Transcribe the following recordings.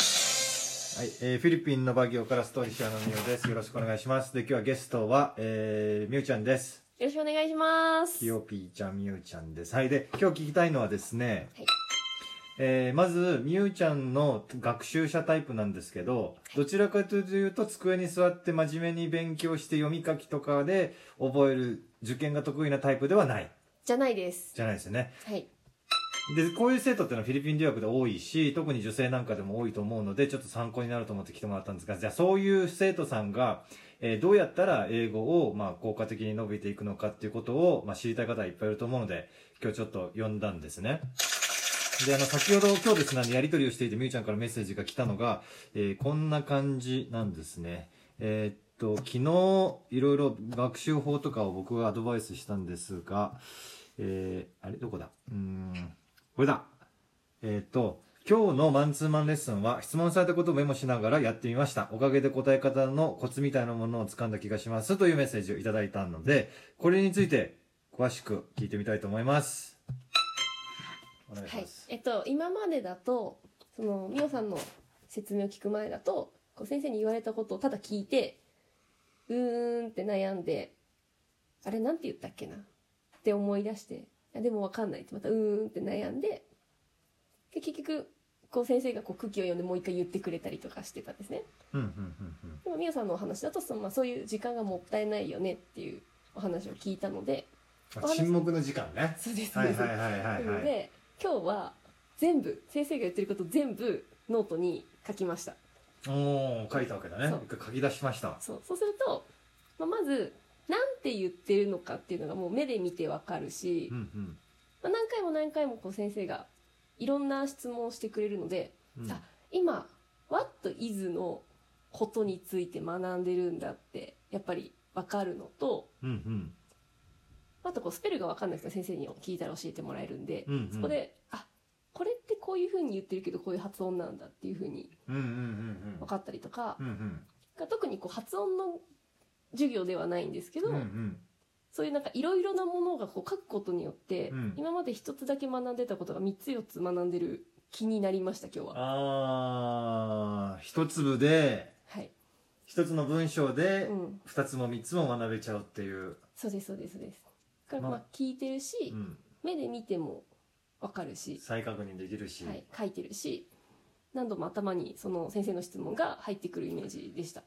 はい、えーフィリピンのバギオからストーリーシアのみおです。よろしくお願いします。で、今日はゲストは、えー、みゆちゃんです。よろしくお願いします。きよぴーちゃん、みゆちゃんです。はい、で、今日聞きたいのはですね、はいえーまず、みゆちゃんの学習者タイプなんですけど、どちらかというと、机に座って真面目に勉強して読み書きとかで覚える受験が得意なタイプではない、じゃないです。じゃないですよね。はい。で、こういう生徒っていうのはフィリピン留学で多いし、特に女性なんかでも多いと思うので、ちょっと参考になると思って来てもらったんですが、じゃあそういう生徒さんが、えーどうやったら英語を、まあ、効果的に伸びていくのかっていうことを、まあ、知りたい方はいっぱいいると思うので、今日ちょっと呼んだんですね。で、あの、先ほど今日ですね、あのやり取りをしていて、みゆちゃんからメッセージが来たのが、えーこんな感じなんですね。えーっと、昨日、いろいろ学習法とかを僕がアドバイスしたんですが、えーあれどこだうーん、これだえーっと、今日のマンツーマンレッスンは質問されたことをメモしながらやってみました。おかげで答え方のコツみたいなものを掴んだ気がしますというメッセージをいただいたので、これについて詳しく聞いてみたいと思います。お願いしはいます。。えっと、今までだと、その、みおさんの説明を聞く前だと、こう先生に言われたことをただ聞いて、うーんって悩んで、あれなんて言ったっけなって思い出して、あでもわかんないってまたうーんって悩んで、で、結局、こう先生がこう空気を読んでもう一回言ってくれたりとかしてたんですね。うん、うん、うん、うん。でもみおさんのお話だと、そのまあそういう時間がもったいないよねっていうお話を聞いたので、あ沈黙の時間ね。そうです、そうはいです。はいはいはいなの はい。で今日は全部先生が言ってること全部ノートに書きましたおー、書いたわけだねそう。一回書き出しました。そうそうすると、まあ、まず何て言ってるのかっていうのがもう目で見てわかるしう、んまあ、何回も何回もこう先生がいろんな質問をしてくれるのでうん。うんあ今「What is」のことについて学んでるんだってやっぱりわかるのとうんあとこうスペルがわかんない人は先生に聞いたら教えてもらえるんでうん。う、んうん。そこであこれってこういうふうに言ってるけどこういう発音なんだっていうふうにうんうんうん分かったりとかうん。うんうん。特にこう発音の授業ではないんですけど、うんうん。そういうなんかいろいろなものがこう書くことによって、うん今まで一つだけ学んでたことが3つ4つ学んでる気になりました今日は。あー、一粒で、はい、一つの文章でう、ん、二つも三つも学べちゃうっていう。そうですそうですそうです。だからままああ聞いてるし、うん。目で見ても分かるし、再確認できるし。はい、書いてるし何度も頭にその先生の質問が入ってくるイメージでした。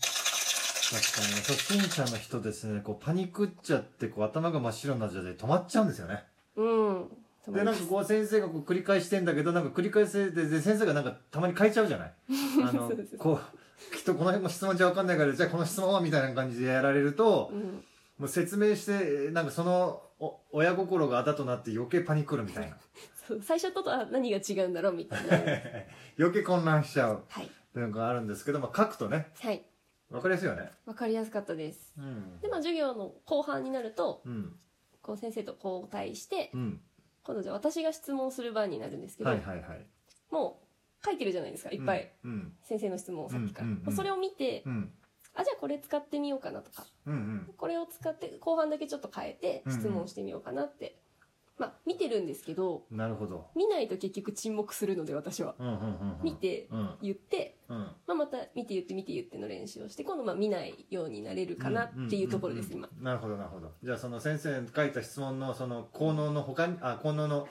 確かに、初心者の人ですね、こうパニックっちゃって、こう頭が真っ白になっちゃって止まっちゃうんですよね。うん、と思で、いなまんすかこう先生がこう繰り返してんだけど、なんか繰り返せで、で先生がなんかたまに変えちゃうじゃない あのそうそうそ、うこう、きっとこの辺も質問じゃわかんないから、じゃあこの質問はみたいな感じでやられるとう、ん、もう説明して、なんかその、お親心があだとなって余計パニックるみたいな。そう最初とは何が違うんだろうみ たいな。余計混乱しちゃうはいっていうのがあるんですけど、まあ書くとね、はいわかりやすいよね。わかりやすかったです。うんで、まあ、授業の後半になると、うん。こう先生と交代してう、ん。今度じゃあ私が質問する番になるんですけど、はいはいはい。もう書いてるじゃないですか、いっぱい。。うん。先生の質問をさっきから。うんうんうんまあそれを見て、うん。あ、じゃあこれ使ってみようかなとか、うんうん。これを使って、後半だけちょっと変えてうんうん質問してみようかなって。まあ、見てるんですけど、なるほど。見ないと結局沈黙するので私は。うんうんうんうん。見て、うん。言って、うん。まあ、また見て言って見て言っての練習をして、今度まあ見ないようになれるかなっていうところです、うんうん今。うんなるほどなるほどじゃあその先生の書いた質問のその効能の他にあ効能の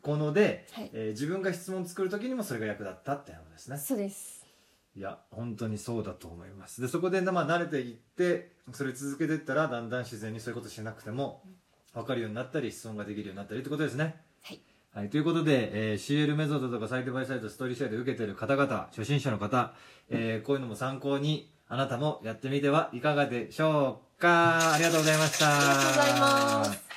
効能で、はい。えー自分が質問作る時にもそれが役立ったってことですねそうです。いや本当にそうだと思いますでそこで、まあ、慣れていってそれ続けていったらだんだん自然にそういうことしなくても分かるようになったり質問ができるようになったりってことですねはい。はい、ということで、えー CL メソッドとかサイトバイサイトストーリーシェアで受けてる方々、初心者の方、えーこういうのも参考に、あなたもやってみてはいかがでしょうかありがとうございました。ありがとうございます。